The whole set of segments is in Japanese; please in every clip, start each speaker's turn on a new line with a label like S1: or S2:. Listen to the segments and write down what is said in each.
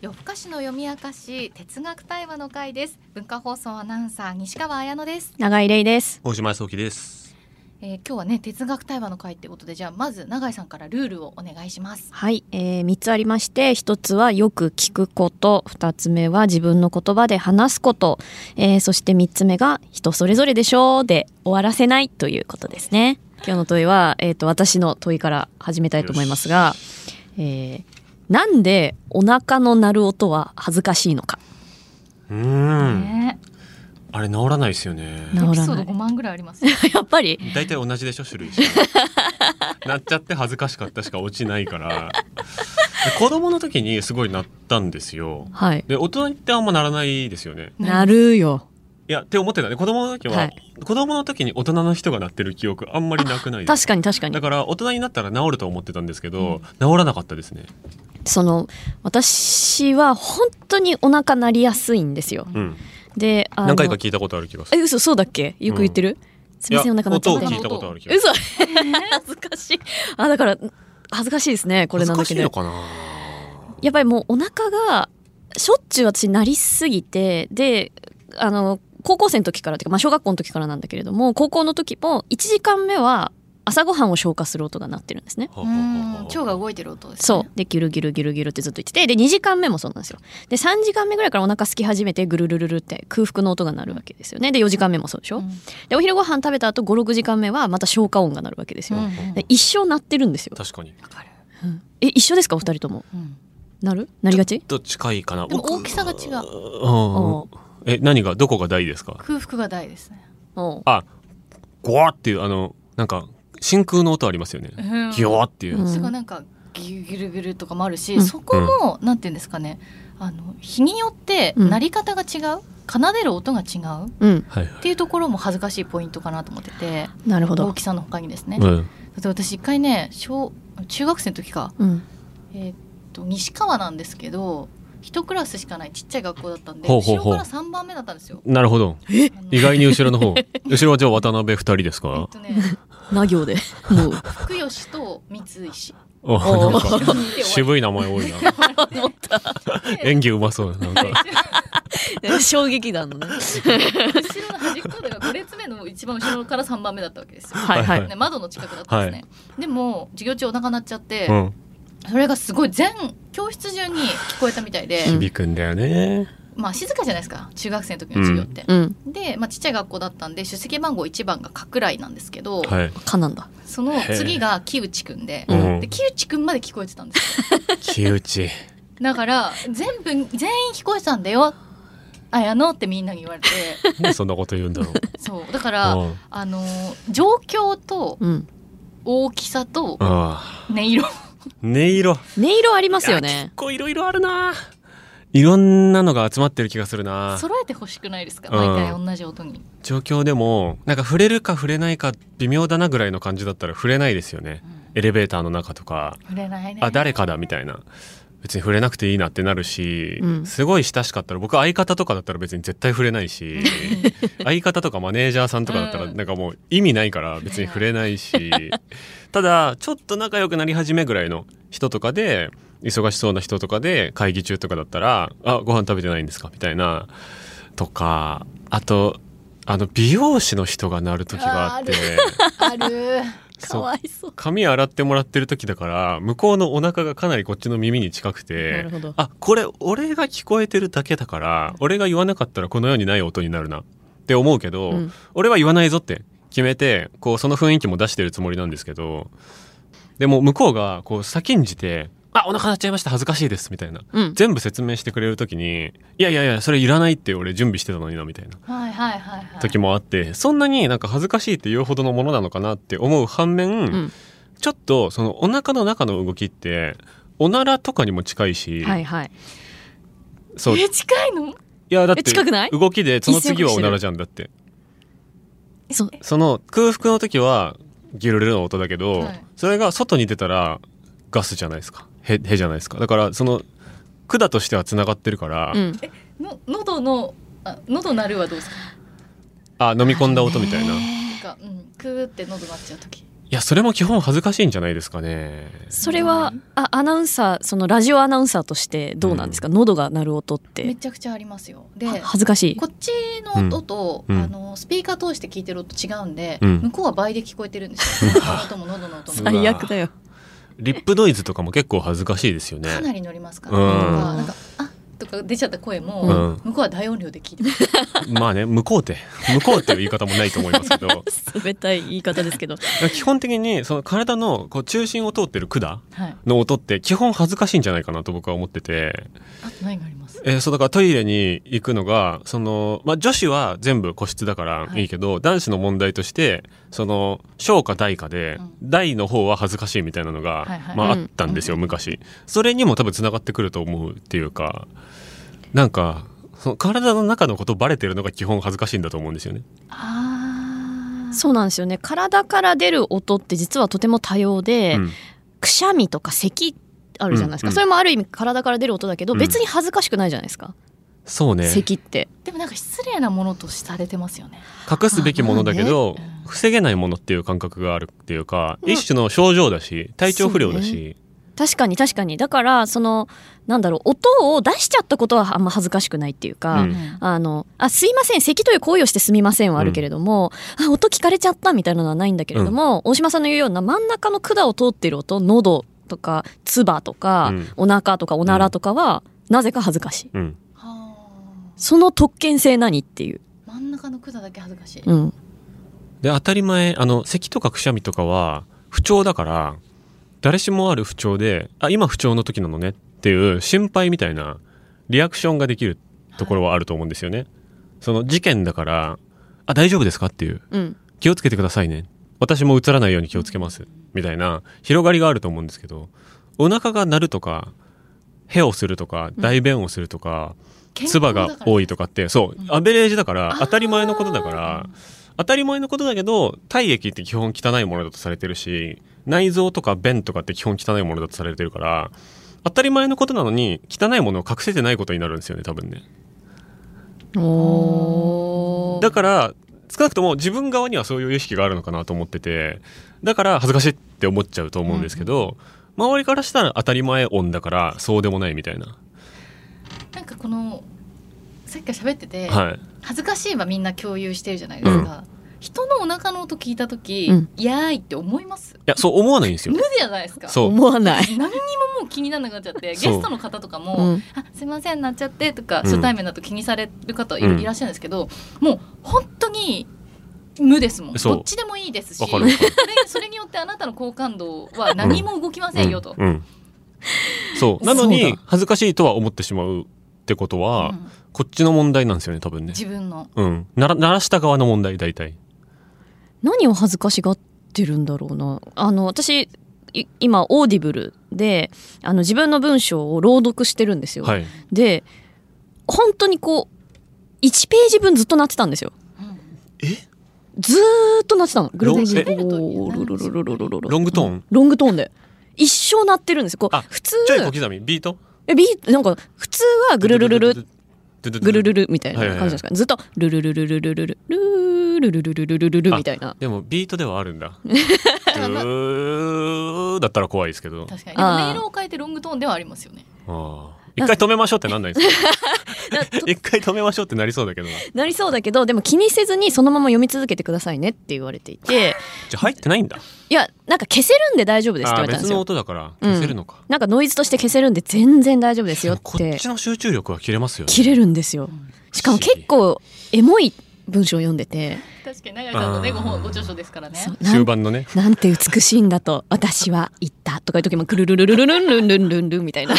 S1: 夜更かしの読み明かし哲学対話の会です文化放送アナウンサー西川彩乃です、
S2: 長井玲です。
S3: 大島康之です。
S1: えー、今日はね哲学対話の会ってことでじゃあまず永井さんからルールをお願いします
S2: はい、えー、3つありまして1つはよく聞くこと2つ目は自分の言葉で話すこと、えー、そして3つ目が人それぞれでしょうで終わらせないということですね今日の問いは、えー、と私の問いから始めたいと思いますが、えー、なんでお腹の鳴る音は恥ずかしいのか
S3: うーん。
S1: ね
S3: あれ治らないですよね。
S1: え
S2: 治ら
S1: エ
S2: ない
S1: ピソード5万ぐらいありますよ
S2: やっぱり
S3: 大体同じでしょ種類。なっちゃって恥ずかしかったしか落ちないから。で子供の時にすごいなったんですよ。
S2: はい
S3: で大人ってあんまならないですよね。
S2: 鳴るよ
S3: いやって思ってたね子供の時は、
S2: はい
S3: 子供の時に大人の人がなってる記憶あんまりなくないです。
S2: 確かに確かに
S3: だから大人になったら治ると思ってたんですけど、治らなかったですね。
S2: その私は本当にお腹鳴りやすいんですよ
S3: うん。
S2: であの
S3: 何回か聞いたことある気がす
S2: え
S3: る。
S2: 嘘そうだっけよく言ってる、すみませんお腹鳴っちゃ
S3: 音
S2: っ
S3: を
S2: て
S3: 聞いたことある気がする。
S2: 嘘 恥ずかしいあだから恥ずかしいですねこれなだけ
S3: 恥ず
S2: で
S3: かしいのかな。
S2: やっぱりもうお腹がしょっちゅう私なりすぎてであの高校生の時からっていうか、まあ、小学校の時からなんだけれども高校の時も1時間目は朝ごはんを消化する音が鳴ってるんですね
S3: は
S1: う
S3: あはあはあ
S1: ん腸が動いてる音ですね
S2: そうでギュルギュルギュルギュルってずっと言っててで2時間目もそうなんですよで3時間目ぐらいからお腹空き始めてぐるるるるって空腹の音が鳴るわけですよねで4時間目もそうでしょ、
S1: うん
S2: でお昼ご飯食べた後56時間目はまた消化音が鳴るわけですよ、
S1: うんうん
S2: で一生鳴ってるんですよ、
S3: 確かに。
S1: わかる
S2: うんえ一緒ですかお二人とも
S1: うん
S2: 鳴る鳴りがち
S3: と近いかな。
S1: でも
S3: 僕
S1: 大きさが違う
S2: おう
S3: うん。え、何が、どこが大ですか
S1: 空腹が大ですね
S2: おう
S3: あ、ゴワっていう、あの、なんか、真空の音ありますよね。
S1: うん
S3: ギョワっていう。
S2: うん
S1: それがなんかギュギュルギュルとかもあるし、
S2: うん
S1: そこも、なんていうんですかねあの日によって
S2: うん
S1: 鳴り方が違う、奏でる音が違うっ
S2: うん
S3: はい。
S1: ていうところも恥ずかしいポイントかなと思ってて
S2: なるほ
S1: 大
S2: ど、
S1: きさの他にですね、
S3: う
S1: だ
S3: ん。
S1: って私一回ね小中学生の時か、
S2: うん、
S1: えーっと西川なんですけど一クラスしかないちっちゃい学校だったんで
S3: ほうほうほう
S1: 後ろから3番目だったんですよ。
S3: なるほど。
S1: あの
S3: 意外に後ろ の方。後ろはじゃあ渡辺二人です
S1: えっ
S3: か
S1: とね、
S2: な行 でもう
S1: 福吉と三石。
S3: あ
S2: お
S3: なん
S1: 後
S3: か、
S1: ろに いて終わ
S3: 渋い名前多いな。
S2: 思っ
S1: りで
S3: 演技うまそうな。なんか、
S2: た 衝撃弾のね
S1: 後ろの端っこだから5列目の一番後ろから3番目だったわけですよ。
S2: はいはい、
S3: はい
S1: ね、窓の近くだったんですね、でも授業中お腹鳴っちゃって、
S3: うん。
S1: それがすごい全教室中に聞こえたみたいで、
S2: うん
S3: 響くんだよね。
S1: まあ静かじゃないですか中学生の時の授業って。
S2: うん
S1: で、まあ、ちっちゃい学校だったんで出席番号1番が加倉井なんですけど、
S3: はい。
S2: かなんだ
S1: その次が木内くんで
S2: う
S3: うんん
S1: で。木内くんまで聞こえてたんですよ
S3: 木内。
S1: だから全部全員聞こえてたんだよあやのってみんなに言われ て
S3: なんでそんなこと言うんだろう。
S1: そうだか
S3: う
S1: ら
S3: ん
S1: あの状況と
S2: うん
S1: 大きさと
S3: ああ。
S1: 音色
S3: 音色。
S2: 音色ありますよね
S3: 結構いろいろあるな。いろんなのが集まってる気がするな。
S1: 揃えてほしくないですか
S3: うん
S1: 毎回同じ音に。
S3: 状況でもなんか触れるか触れないか微妙だなぐらいの感じだったら触れないですよねエレベーターの中とか
S1: 触れないね。
S3: あ誰かだみたいな別に触れなくていいなってなるし、
S2: うん
S3: すごい親しかったら僕相方とかだったら別に絶対触れないし相方とかマネージャーさんとかだったら
S1: うん
S3: なんかもう意味ないから別に触れないし ただちょっと仲良くなり始めぐらいの人とかで忙しそうな人とかで会議中とかだったら「あご飯食べてないんですか?」みたいなとかあとあの美容師の人が鳴る時があって
S1: あ。ある。
S3: そう
S2: いそう
S3: 髪洗ってもらってる時だから向こうのお腹がかなりこっちの耳に近く
S2: な
S3: て
S2: るほど
S3: あこれ俺が聞こえてるだけだから俺が言わなかったらこのようにない音になるなって思うけど、
S2: うん
S3: 俺は言わないぞって決めてこうその雰囲気も出してるつもりなんですけどでも向こうがこう先んじて「あお腹鳴っちゃいました恥ずかしいです」みたいな
S2: うん
S3: 全部説明してくれる時に「いやいやいやそれいらないって俺準備してたのにな」みたいな
S1: はいはいはいはい。
S3: 時もあってそんなになんか恥ずかしいって言うほどのものなのかなって思う反面、
S2: うん
S3: ちょっとそのお腹の中の動きっておならとかにも近いし、
S2: はいはい
S3: そうい
S1: え近いの？
S3: やだっ
S2: え
S3: て
S2: 近くない
S3: 動きでその次は
S2: 一線隠して
S3: お
S2: る
S3: ならじゃんだって
S2: そう
S3: その空腹の時はギュルルの音だけど、
S1: はい
S3: それが外に出たらガスじゃないですかへへじゃないですかだからその管としてはつながってるから、
S2: うん
S1: の喉のあ喉鳴るはどうですか？
S3: あ飲み込んだ音みたいな
S1: なんかうんクーって喉鳴っちゃう時。
S3: いいやそれも基本恥ずかしいんじゃないですかね
S2: それはあアナウンサーそのラジオアナウンサーとしてどうなんですか、喉が鳴る音っ
S1: め
S2: て
S1: ちゃくちゃありますよで
S2: は恥ずかしい
S1: こっちの音と、
S3: うん
S1: あのスピーカー通して聞いてる音違うんで、
S3: うん
S1: 向こうは倍で聞こえてるんですよ
S3: うわ
S1: 口の音も喉の音
S3: す
S1: も
S3: ごい
S2: 最悪だよ
S3: リップノイズとかも結構恥ずかしいですよね
S1: かなり乗りますから、
S3: うん
S1: とかなんかあとか出ちゃった声も、
S3: うん
S1: 向こうは大音量で聞いてる
S3: まあね向こうって向こうっていう言い方もないと思いますけ ど
S2: 冷たい言い方ですけど
S3: 基本的にその体のこう中心を通ってる管
S1: はい
S3: の音って基本恥ずかしいんじゃないかなと僕は思ってて、
S1: あと何があります
S3: えーそうだからトイレに行くのがその、まあ、女子は全部個室だから
S1: はい
S3: いいけど、男子の問題としてその小か大かで、
S1: う
S3: 大の方は恥ずかしいみたいなのが、
S1: はいはい
S3: まあ、あ
S2: うん
S3: ったんですよ、昔それにも多分つながってくると思うっていうかなんかその体の中のことバレてるのが基本恥ずかしいんだと思うんですよね。
S1: あー
S2: そうなんですよね体から出る音って実はとても多様で、
S3: うん
S2: くしゃみとか咳あるじゃないですか、
S3: うんうん
S2: それもある意味体から出る音だけど、
S3: うん
S2: 別に恥ずかしくないじゃないですか、
S3: そうね
S2: 咳って
S1: でもなんか失礼なものとされてますよね
S3: 隠すべきものだけど、
S1: まあねうん
S3: 防げないものっていう感覚があるっていうか、
S2: うん
S3: 一種の症状だし体調不良だし、
S2: 確かに確かにだからそのなんだろう音を出しちゃったことはあんま恥ずかしくないっていうか、
S3: うん
S2: あのあすいません咳という行為をしてすみませんはあるけれども、あ音聞かれちゃったみたいなのはないんだけれども、大島さんの言うような真ん中の管を通っている音喉とか唾とか、
S3: うん
S2: お腹とかおならとかは、なぜか恥ずかしい
S3: うん、
S1: はー
S2: その特権性何っていう、
S1: 真ん中の管だけ恥ずかしい、
S2: うん、
S3: で当たり前あの咳とかくしゃみとかは不調だから誰しもある不調であ今不調の時なのねっていう心配みたいなリアクションができるところはあると思うんですよね。その事件だからあ大丈夫ですかっていう
S2: うん、
S3: 気をつけてくださいね私もうつらないように気をつけますみたいな広がりがあると思うんですけどお腹が鳴るとかヘをするとか大便をするとか、唾が多いとかってそう、
S1: うん
S3: アベレージだから
S1: ー
S3: 当たり前のことだか
S1: う
S3: ら
S1: ん
S3: 当たり前のことだけど体液って基本汚いものだとされてるし内臓とか便とかって基本汚いものだとされてるから当たり前のことなのに汚いものを隠せてないことになるんですよね多分ね。
S2: お
S3: だから少なくとも自分側にはそういう意識があるのかなと思っててだから恥ずかしいって思っちゃうと思うんですけど、周りからしたら当たり前音だからそうでもないみたいな、
S1: なんかこのさっきから喋ってて、
S3: はい
S1: 恥ずかしいはみんな共有してるじゃないですか、人のお腹の音聞いた時、
S2: うん
S1: いやーいって思います
S3: いやそう思わないんですよ
S1: 無じゃないですか
S3: そう
S2: 思わない、
S1: 何にももう気にならなくなっちゃってゲ
S3: そう
S1: ストの方とかも「
S2: うん
S1: あすいませんなっちゃって」とか、
S3: うん
S1: 初対面だと気にされる方い,、
S3: うん
S1: いらっしゃるんですけどもう本当に無ですもん
S3: そう
S1: どっちでもいいですし
S3: わかるわかる
S1: それそれによってあなたの好感度は何も動きませんよと。
S3: うんうんそうなの
S2: そう
S3: に
S2: だ
S3: 恥ずかしいとは思ってしまうってことは、
S1: うん
S3: こっちの問題なんですよね多分ね
S1: 自分の
S3: うんなら鳴らした側の問題大体
S2: 何を恥ずかしがってるんだろうなあの私い今オーディブルであの自分の文章を朗読してるんですよ、
S3: はい
S2: で本当にこう1ページ分ずっと鳴ってたんですよずーっと鳴ってたのグループ
S1: ロング
S2: おーロロロロロロロ
S3: ロングトーン
S2: ロングトーンで一生鳴ってるんですよこう
S3: あ
S2: 普通
S3: ちょい小刻みビート
S2: えビーなんか普通はグルルルルぐるる
S3: ル
S2: るみたいな感じなんですかね、ずっとルルルルルルルルルルルルルルルルルみたいな
S3: でもビートではある んだ。うーだったら怖いですけど。
S1: 確かにでも
S2: あ
S1: 音
S2: ー
S1: 色を変えてロングトーンではありますよね
S3: あー一回止めましょうってなんないんですか一回止めましょうってなりそうだけど。じ
S2: なりそうだけどでも気にせずにそのまま読み続けてくださいねって言われていて
S3: ゃあ入ってないんだ。
S2: いやなんか消せるんで大丈夫ですって言
S3: あ
S2: わ
S3: ー
S2: れたんで
S3: 別
S2: す
S3: の
S2: よ
S3: 音だから消せるのか。
S2: なんかノイズとして消せるんで全然大丈夫ですよっ
S3: こってちの集中力は切れますよね。
S2: 切れるんですよしかも結構エモい文章を読んでて、
S1: 確かに永井さんのね
S3: あ
S1: ご
S3: ー
S1: 本ご著書ですからね
S2: そうな
S3: 終
S2: ん
S3: 盤の ね。
S2: なんて美しいんだと私は言ったとかいう時もくるるるるるるんるんるんるんるんみたいな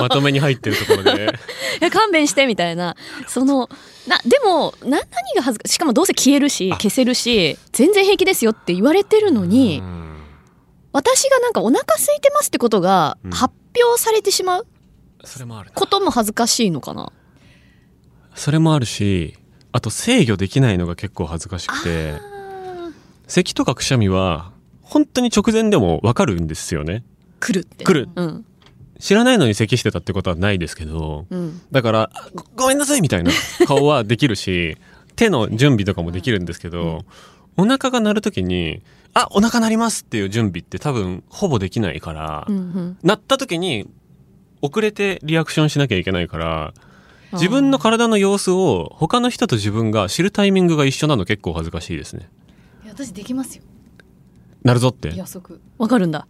S3: まとめに入ってるところでね。
S2: え 勘弁してみたいなそのなでもな何が恥ずかしかもどうせ消えるし
S3: あ
S2: 消せるし全然平気ですよって言われてるのに
S3: うん
S2: 私がなんかお腹空いてますってことが
S3: うん
S2: 発表されてしまう
S3: それもあるな。
S2: ことも恥ずかしいのかな、
S3: それもあるし、あと制御できないのが結構恥ずかしくて、咳とかくしゃみは本当に直前でもわかるんですよね。
S2: 来るって
S3: 来る。
S2: うん
S3: 知らないのに咳してたってことはないですけど。
S2: うん
S3: だからごごめんなさいみたいな顔 はできるし手の準備とかもできるんですけど、お腹が鳴る時にあ、お腹鳴りますっていう準備って多分ほぼできないから、
S2: うんうん
S3: 鳴った時に遅れてリアクションしなきゃいけないから、自分の体の様子を他の人と自分が知るタイミングが一緒なの結構恥ずかしいですね。
S1: いや私できますよ
S3: なるぞって。
S1: 予測
S2: わかるんだ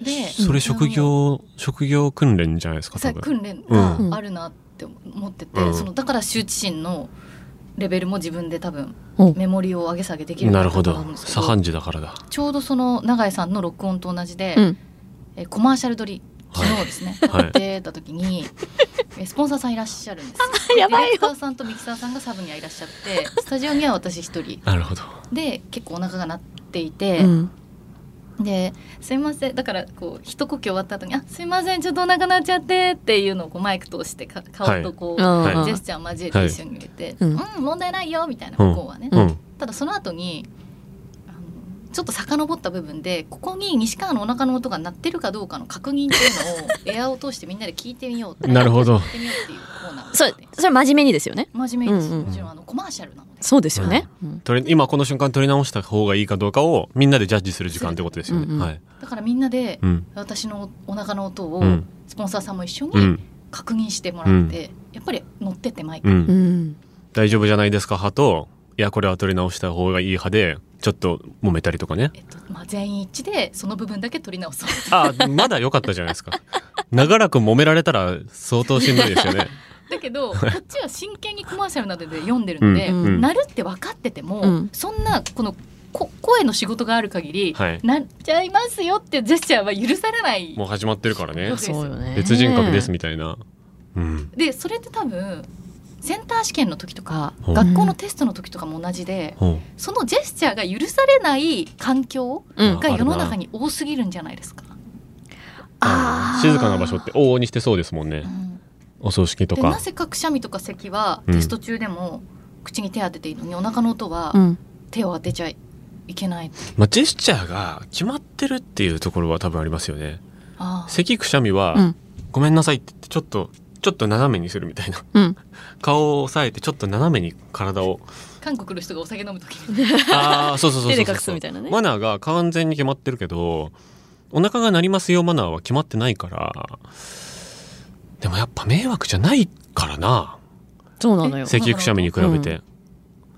S1: で
S3: それ職業、職業訓練じゃないですか、
S1: さ
S3: 多分。
S1: 訓練が
S2: うん
S1: あるなって思ってて、
S3: うん
S1: そのだから羞恥心のレベルも自分で多分
S2: うん
S1: メモリを上げ下げできる
S3: なるほ
S1: と思うん
S3: ど。
S1: ですけ
S3: 左半時だからだ。
S1: ちょうどその永井さんの録音と同じで、
S2: うん
S1: えーコマーシャル撮り昨日ですね、
S3: はい
S1: 出た時 に、えースポンサーさんいらっしゃるんですよ
S2: やばいよ
S1: ディレクターさんとミキサーさんがサブにはいらっしゃってスタジオには私一人
S3: なるほど。
S1: で結構お腹が鳴っていて、
S2: うん
S1: で「すいません」だからこう一呼吸終わった後に「あすいませんちょっとお腹鳴っちゃって」っていうのをこうマイク通してか顔とこう、
S2: うん
S3: はい
S1: ジェスチャー交えて一緒に入れて「
S2: はい
S1: うん問題ないよ」みたいな
S3: うん
S1: 向こうはね、
S3: うん。
S1: ただその後にあのちょっと遡った部分でここに西川のお腹の音が鳴ってるかどうかの確認っていうのをエアを通してみんなで聞いてみようって
S3: なるほど
S1: やってみようっていうコーナーを
S2: それそれ真面目にですよね
S1: 真面目です、
S2: うんうん
S1: もちろんあのコマーシャルなので
S2: そうですよね、うん
S3: 取り今この瞬間取り直した方がいいかどうかをみんなでジャッジする時間ってことですよね。
S2: うんうん
S3: はい。
S1: だからみんなで
S3: うん。
S1: 私のお腹の音を
S3: うん。
S1: スポンサーさんも一緒
S3: う
S1: に
S3: ん。
S1: 確認してもらって、やっぱり乗ってってマイク、
S3: うん
S2: う。ん
S3: 大丈夫じゃないですか派と、いや、これは取り直した方がいい派で、ちょっと揉めたりとかね。
S1: えっとまあ、全員一致でその部分だけ取り直そう
S3: あ、まだ良かったじゃないですか。 長らく揉められたら相当しんどいですよね。
S1: だけ どこっちは真剣にコマーシャルなどで読んでるので、
S2: うん
S3: うん
S1: なるって分かってても、
S2: うん
S1: そんなこのこ声の仕事がある限り、
S3: はい
S1: なっちゃいますよってジェスチャーは許されない
S3: もう始まってるからね
S1: そう。です
S2: そうよね
S3: 別人格ですみたいな。うん。
S1: でそれって多分センター試験の時とか
S3: うん
S1: 学校のテストの時とかも同じで
S3: ほ
S1: そのジェスチャーが許されない環境
S2: うん
S1: が世の中に多すぎるんじゃないですか。
S3: う静かな場所って往々にしてそうですもんね
S1: う。ん
S3: お葬式と
S1: でな
S3: か。
S1: ぜかくしゃみとか咳は
S3: うん
S1: テスト中でも口に手当てていいのにお腹の音は
S2: うん
S1: 手を当てちゃいけない。
S3: まあ、ジェスチャーが決まってるっていうところは多分ありますよね。
S1: ああ
S3: 咳くしゃみは、
S2: うん
S3: ごめんなさいって言ってちょっと、ちょっと斜めにするみたいな。
S2: うん
S3: 顔を押さえてちょっと斜めに 体を。
S1: 韓国の人がお酒飲む時に
S3: ああ、そうそうそうそうそ
S2: 手
S3: う
S2: で隠すみたいなね
S3: マナーが完全に決まってるけど、お腹が鳴りますよマナーは決まってないから、でもやっぱ迷惑じゃないからな。
S2: そうなのよ
S1: せ
S3: 咳くしゃみに比べて。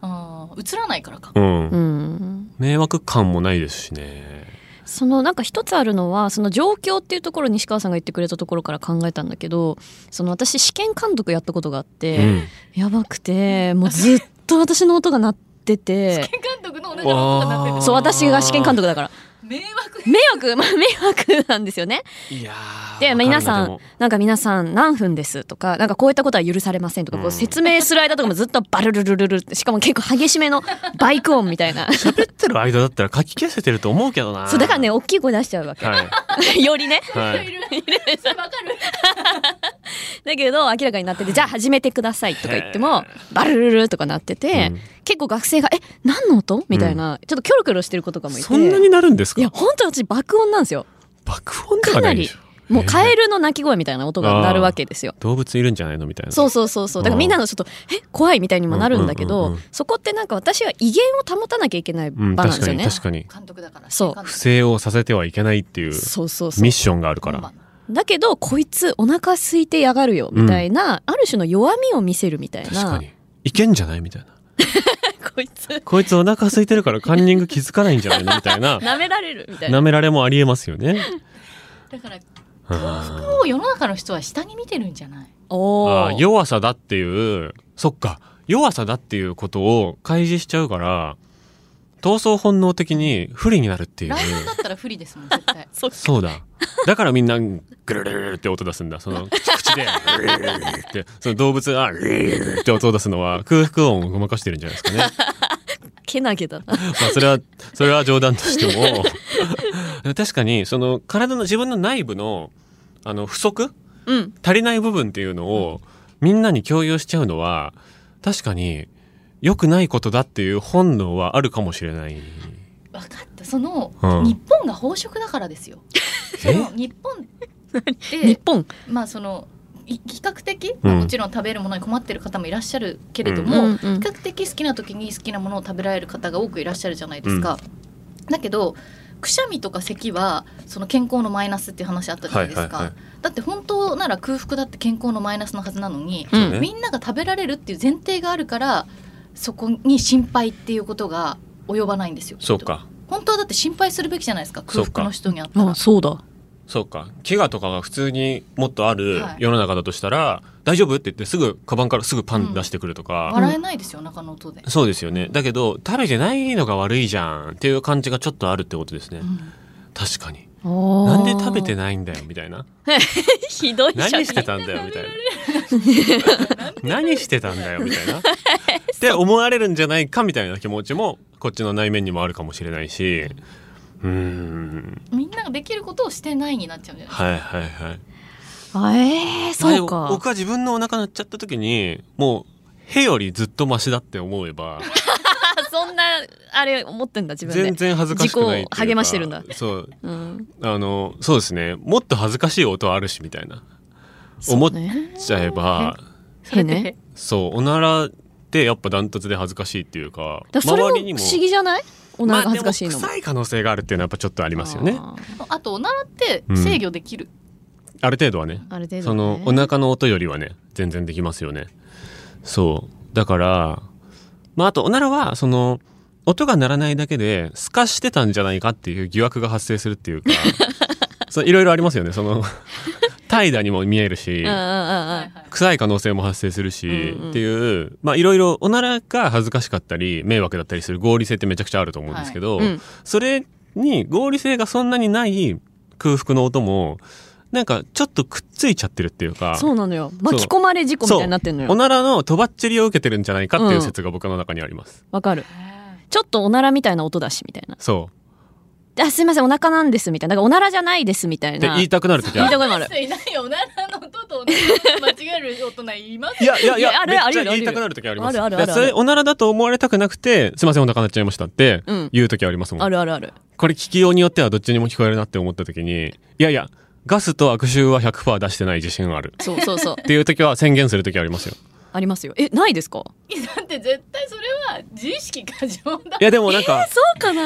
S1: あー映らないからか
S3: うん。
S2: うん
S3: 迷惑感もないですしね。
S2: そのなんか一つあるのはその状況っていうところ西川さんが言ってくれたところから考えたんだけどその私試験監督やったことがあって、やばくてもうずっと私の音が鳴ってて
S1: 監督のお腹の音が鳴って
S2: そう私が試験監督だから
S1: る迷惑
S2: 迷惑、まあ、迷惑なんですよね
S3: いやー
S2: で
S3: わかるな
S2: 皆さん
S3: でも
S2: なんか皆さん何分ですとかなんかこういったことは許されませんとか、こ
S3: う
S2: うん説明する間とかもずっとバルルルルルってしかも結構激しめのバイク音みたい な
S3: 喋ってる間だったら書き消せてると思うけどな。
S2: そうだからね。大きい声出しちゃうわけ、
S3: はい。
S2: よりね
S3: はい い。
S1: るいるそれわかる
S2: だけど明らかになってて「じゃあ始めてください」とか言ってもバルルルルとかなってて、
S3: うん
S2: 結構学生が「え何の音?」みたいな、ちょっとキョロキョロしてる子とかもいて
S3: そんなになるんです
S2: いや
S3: か
S2: 本当私爆音なんですよ
S3: 爆音とかないでしょ。
S2: もう
S3: えー
S2: カエルの鳴き声みたいな音が鳴るわけですよ。
S3: 動物いるんじゃないのみたいな。
S2: そうそうそうそうだからみんなのちょっと「え怖い」みたいにもなるんだけど、
S3: うんうんうん
S2: そこってなんか私は威厳を保たなきゃいけない場
S3: うん、
S2: なん
S3: 確
S2: です
S3: か
S2: よ
S3: に
S2: ね。
S3: 確かに。
S1: 監督だから
S2: そう
S1: 試験監
S3: 不正をさせてはいけないっていう
S2: そうそうそう
S3: ミッションがあるから
S1: 本。番
S2: だけどこいつお腹空いてやがるよみたいな、ある種の弱みを見せるみたいな
S3: 確かに。いけんじゃないみたいな。
S2: こいつ
S3: こいつお腹空いてるからカンニング気づかないんじゃないのみた いな。
S2: 舐められるみたいな
S3: 舐められもありえます よね。
S1: だから
S3: あ
S1: もう世の中の人は下に見てるんじゃない
S2: おー
S3: あー、弱さだっていう、そっか、弱さだっていうことを開示しちゃうから、闘争本能的に不利にな るっていう
S1: ラ。イオンだったら不利ですもん絶 対
S2: そっか
S3: そうだ。だからみんな、ぐるるるるって音出すんだ。その、口口で、ぐるるるるって、その動物が、ぐるるるるって音を出すのは空腹音をごまかしてるんじゃないですかね。
S2: けなげだな
S3: まあそれはそれは冗談としてもでも確かにその体の自分の内部のあの不足
S2: うん
S3: 足りない部分っていうのをみんなに共有しちゃうのは確かに良くないことだっていう本能はあるかもしれない。
S1: 分かったその、
S3: うん
S1: 日本が飽食だからですよその日本って
S2: 日本
S1: まあそのい比較的、
S3: うん
S1: まあもちろん食べるものに困ってる方もいらっしゃるけれども、
S2: うんうんうん
S1: 比較的好きな時に好きなものを食べられる方が多くいらっしゃるじゃないですか。だけどくしゃみとか咳はその健康のマイナスっていう話あったじゃないですか、
S3: はいはいは
S1: だって本当なら空腹だって健康のマイナスのはずなのに、
S2: うん
S3: そうね
S1: みんなが食べられるっていう前提があるからそこに心配っていうことが及ばないんですよ
S3: そうか
S1: 本当はだって心配するべきじゃないですか
S3: そう
S1: 空
S3: か
S1: 腹の人にあった
S2: あ
S1: ら
S2: そうだ
S3: そうか怪我とかが普通にもっとある
S1: はい
S3: 世の中だとしたら、大丈夫って言ってすぐカバンからすぐパン出してくるとか、
S1: 笑えないですよ中の音で、
S3: そうですよねだけど食べてないのが悪いじゃんっていう感じがちょっとあるってことですね、
S1: うん
S3: 確かにな
S2: なん
S3: で食べて
S2: い
S3: ないんだよみた いな
S2: ひどい
S3: 何
S2: 社会
S3: してたんだよみたいな 何してたんだよみたいなって思われるんじゃないかみたいな気持ちもこっちの内面にもあるかもしれないしうーん
S1: みんなができることをしてないになっちゃうんじゃないですか、
S3: はいはいはい
S2: あえー、そう
S3: 前
S2: か
S3: 僕は自分のお腹鳴っちゃった時にもうへよりずっとマシだって思えば
S2: あそんなあれ思ってんだ自分で
S3: 全然恥ずかしくないっていうか
S2: 自己を励ましてるんだ
S3: そう
S2: うん
S3: あのそうですねもっと恥ずかしい音あるしみたいな思っ
S2: そうね
S3: ちゃえば
S1: それで
S2: へね
S3: そうおならってやっぱダントツで恥ずかしいっていうか
S2: だからそれも
S3: 周
S2: 不
S3: りにも
S2: 思議じゃないお腹が恥ずかしいの
S3: ま
S2: も,、
S3: あでも臭い可能性があるっていうのはやっぱちょっとありますよねあ
S2: あ
S1: あとおならって制御できる、
S3: る程度はね
S2: ーある程度、ね、
S3: そのお腹の音よりはね全然できますよねそうだからまああとおならはその音が鳴らないだけで透かしてたんじゃないかっていう疑惑が発生するって いうかそういろいろありますよねその怠惰にも見えるし
S2: うんうんうんうん
S1: はいはい
S3: 臭い可能性も発生するし、
S2: うんうん
S3: っていうまあいろいろおならが恥ずかしかったり迷惑だったりする合理性ってめちゃくちゃあると思うんですけど、
S2: うん
S3: それに合理性がそんなにない空腹の音もなんかちょっとくっついちゃってるっていうか
S2: そうなのよ巻き込まれ事故みたいになってんの
S3: お
S2: よ
S3: ならのとばっちりを受けてるんじゃないかっていう説が僕の中にあります。
S2: わかる
S1: へ
S2: ちょっとおならみたいな音だしみたいな
S3: そ
S2: あすいませんお腹なんですみたいななんかおならじゃないですみた
S3: う
S2: い
S3: って
S2: な
S3: 言いたくなる時
S2: 言
S3: あ
S2: いた
S3: る。
S2: くな
S1: え
S2: る
S1: ーいないよおならの音とおならの間違える大人います
S3: いやいやい
S2: いや
S3: や
S2: ある
S3: めっ
S2: ある
S3: ち
S2: あ
S3: ゃ
S2: る
S3: 言いたくなる時あります。
S2: あるあるあるある
S3: だからそれおならだと思われたくなくてすいませんお腹鳴っちゃいましたって
S2: うん
S3: 言う時ありますもん
S2: あ。るあるある
S3: これ聞きようによってはどっちにも聞こえるなって思った時にいやいやガスと悪臭は100%出してない自信あるっ
S2: そうそうそう
S3: ていう時は宣言する時ありますよ
S2: ありますよえないですか
S1: だって絶対それは自意識過剰だ
S3: いやでもなんか
S2: そうか
S3: ブ
S2: な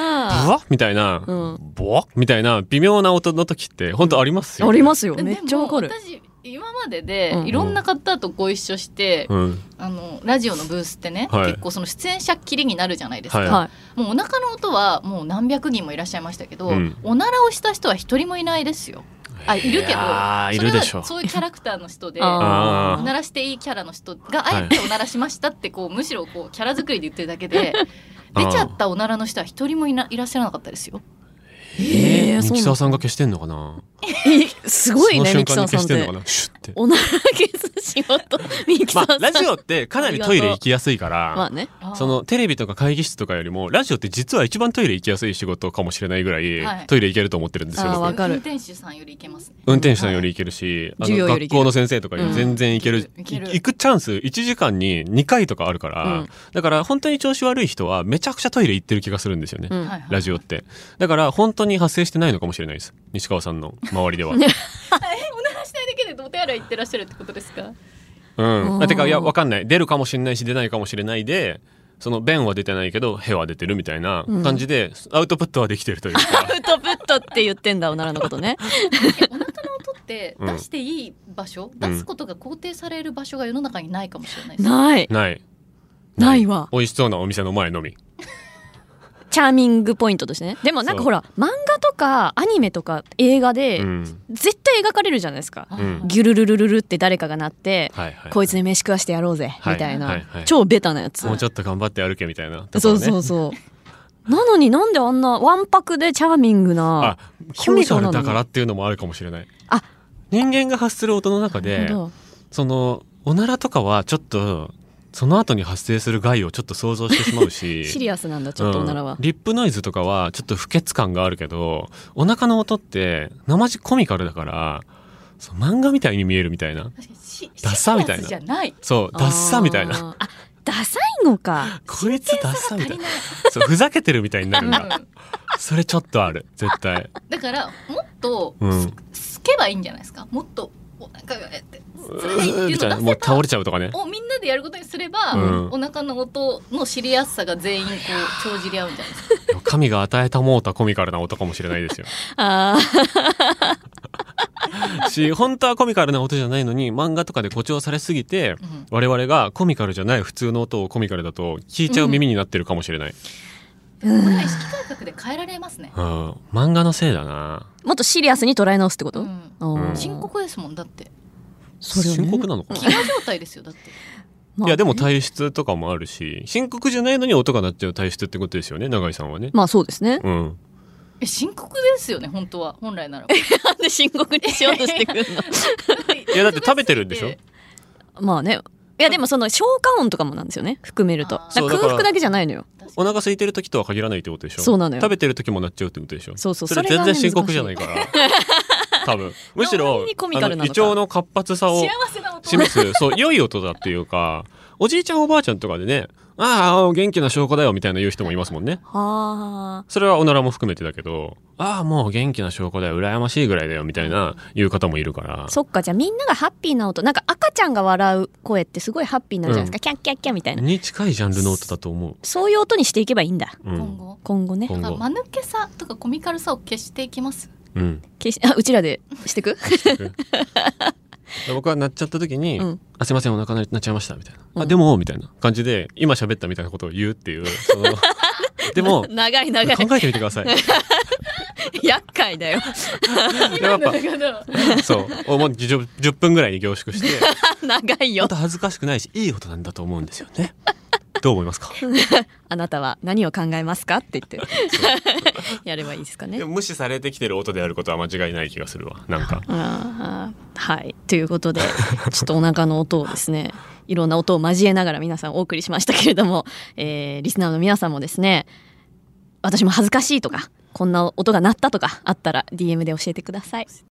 S3: ワッみたいな
S2: うん
S3: ボワッみたいな微妙な音の時って本当ありますよ、
S2: ありますよ
S1: で
S2: めっちゃわかる
S1: も私今までで
S2: うん
S1: いろんな方とご一緒して、
S3: うん
S1: あのラジオのブースってね、
S3: はい
S1: 結構その出演者っきりになるじゃないですか、
S3: はい
S2: はい
S1: もうお腹の音はもう何百人もいらっしゃいましたけど、
S3: うん
S1: おならをした人は一人もいないですよあいるけど
S3: やーい
S1: それ
S3: るで
S1: は
S3: しょう
S1: そういうキャラクターの人でお
S2: あ
S3: ー
S1: ならしていいキャラの人があえておならしましたってこうむしろこうキャラ作りで言ってるだけで
S3: あ ー
S1: 出ちゃったおならの人は一人もいないらっしゃらなかったですよ
S2: えーそうなの
S3: ミキサーさんが消してんのかな
S2: えすごいね
S3: その
S2: ミキサーさん
S3: 瞬間に消
S2: っ
S3: してん
S2: て
S3: のかなシュッて
S2: おなら消す仕事ミキサ
S3: ま
S2: ーさ
S3: あ
S2: ん、
S3: ラジオってかなりトイレ行きやすいから
S2: まあね
S3: そのテレビとか会議室とかよりもラジオって実は一番トイレ行きやすい仕事かもしれないぐらい、
S1: はい
S3: トイレ行けると思ってるんです
S2: あ
S3: よ
S2: ー
S3: 僕
S2: わかる
S1: 運転手さんよりいけますね
S3: 運転手さんより行けるし、
S2: はい授
S3: あ
S2: 業
S3: の
S2: より行
S3: 学
S2: ける
S3: 校の先生とかより全然行ける,
S1: うん
S3: い、
S1: 行ける行ける
S3: 行くチャンス1時間に2回とかあるから、
S2: うん
S3: だから本当に調子悪い人はめちゃくちゃトイレ行ってる気がするんですよね、
S2: うん
S1: はいはい
S3: ラジオってだから本当に発生してないのかもしれないです西川さんの周り では
S1: おならしたいだけでお手洗い行ってらっしゃるってことですか
S3: うんあてかいやわかんない出るかもしれないし出ないかもしれないでその便は出てないけどへは出てるみたいな感じで、アウトプットはできてるというか
S2: プットプットって言ってんだおならのことね
S1: お腹の音って
S3: うん
S1: 出していい場所、出すことが肯定される場所が世の中にないかもしれないです、
S2: ない
S3: ない
S2: ないわ
S3: 美味しそうなお店の前のみ
S2: チャーミングポイントとしてねでもなんか
S3: そう
S2: ほら漫画とかアニメとか映画で
S3: うん
S2: 絶対描かれるじゃないですか、
S1: あ
S3: うん
S2: ギュルルルルルって誰かがなって、
S3: はいはい
S2: こいつに飯食わしてやろうぜ、
S3: はい
S2: みたいな、
S3: はいはい
S2: 超ベタなやつ、
S3: もうちょっと頑張って歩けみたいな、
S2: そうそうそうなのになんであんなわんぱくでチャーミングな
S3: あ
S2: あ
S3: コミカルだからっていうのもあるかもしれない
S2: あ
S3: 人間が発する音の中でそのおならとかはちょっとその後に発生する害をちょっと想像してしまうし
S2: シリアスなんだちょっとおならは
S3: うん、リップノイズとかはちょっと不潔感があるけどお腹の音って生地コミカルだからそう漫画みたいに見えるみたいな
S1: 確かにし
S3: ダサみたい
S1: シ
S3: な
S1: リアスじゃない
S3: そうダッサみたい な
S2: あーあダサいのか
S3: こいつダッサ みたいな
S1: 足
S3: そうふざけてるみたいになるん
S1: りな
S3: だ
S1: い、
S3: それちょっとある絶対
S1: うんだからもっと
S3: うん
S1: すすけばいいんじゃないですかもっとお腹がえってそれがいいっていう
S3: み
S1: の
S3: た
S1: を出
S3: いな
S1: せ
S3: もう
S1: ば
S3: 倒れちゃうとかね
S1: をみんなでやることにすれば、
S3: うん
S1: お腹の音の知りやすさが全員こう帳尻合うんじゃないですか
S3: よ神が与えたもうたコミカルな音かもしれない ですよ。
S2: あー
S3: し、本当はコミカルな音じゃないのに、漫画とかで誇張されすぎて、
S1: うん
S3: 我々がコミカルじゃない普通の音をコミカルだと聞いちゃう耳になってるかもしれない。
S1: これは意識改革で変えられますね。
S3: うん、漫画のせいだな。
S2: もっとシリアスに捉え直すってこ
S1: う
S2: と、
S1: ん
S2: あー
S3: うん
S1: 深刻ですもんだって
S2: それをね
S3: 深刻なのかな
S1: 飢餓状態ですよだって
S2: まあ
S3: いやでも
S2: ね
S3: 体質とかもあるし深刻じゃないのに音が鳴っちゃう体質ってことですよね永井さんはね、
S2: まあそうですね
S3: うん、
S1: え深刻ですよね本当は本来なら
S2: なんで深刻にしようとしてくるの
S3: いやだって食べてるんでしょ
S2: まあねいやでもその消化音とかもなんですよね含めると
S1: あー
S2: だから
S3: そうだから
S2: 空腹だけじゃないのよ
S3: お腹空いてる時とは限らないってことでしょ
S2: そうなのよ
S3: 食べてる時も鳴っちゃうってことでしょ
S2: そうそう
S3: それ
S2: それが
S3: 全
S2: ね
S3: 然深刻じゃないから 多分むし
S2: な
S3: ろ
S2: おにコミ
S3: あ
S2: カルなの
S3: の
S2: か
S3: 胃腸の活発さ を
S1: 幸せな音
S3: 示すそう良い音だっていうかおじいちゃんおばあちゃんとかでねああ元気な証拠だよみたいな言う人もいますもんね
S2: はあ
S3: それはおならも含めてだけどああもう元気な証拠だよ羨ましいぐらいだよみたいな言う方もいるから
S2: そっかじゃあみんながハッピーな音なんか赤ちゃんが笑う声ってすごいハッピーになるじゃないですか、キャッキャッキャみたいな
S3: に近いジャンルの音だと思う。
S2: そういう音にしていけばいいんだ
S3: うん、
S1: 今後
S2: 今後ね
S3: 今
S1: まあ
S3: 後
S1: 間抜けさとかコミカルさを消していきます
S3: うん。
S2: 決しあ うちらでしてく
S3: 僕はなっちゃった時に「
S2: うん
S3: あすいませんお腹なっちゃいました」みたいな「
S2: う
S3: あ
S2: ん
S3: でも」みたいな感じで今喋ったみたいなことを言うっていう そのでも考
S2: 長い
S3: え
S2: 長い
S3: てみて ください。
S2: 厄介だよ
S3: でやっぱ
S1: から
S3: そうおもう 10, 10分ぐらいに凝縮 して
S2: 長いよ
S3: また恥ずかしくないしいい音なんだと思うんですよね。どう思いますか
S2: あなたは何を考えますかって言って やればいいですかね
S3: でも無視されてきてる音であることは間違いない気がするわなんか。
S2: あーはいということで ちょっとお腹の音をですねいろんな音を交えながら皆さんお送りしましたけれども、えーリスナーの皆さんもですね私も恥ずかしいとかこんな音が鳴ったとかあったら DM で教えてください。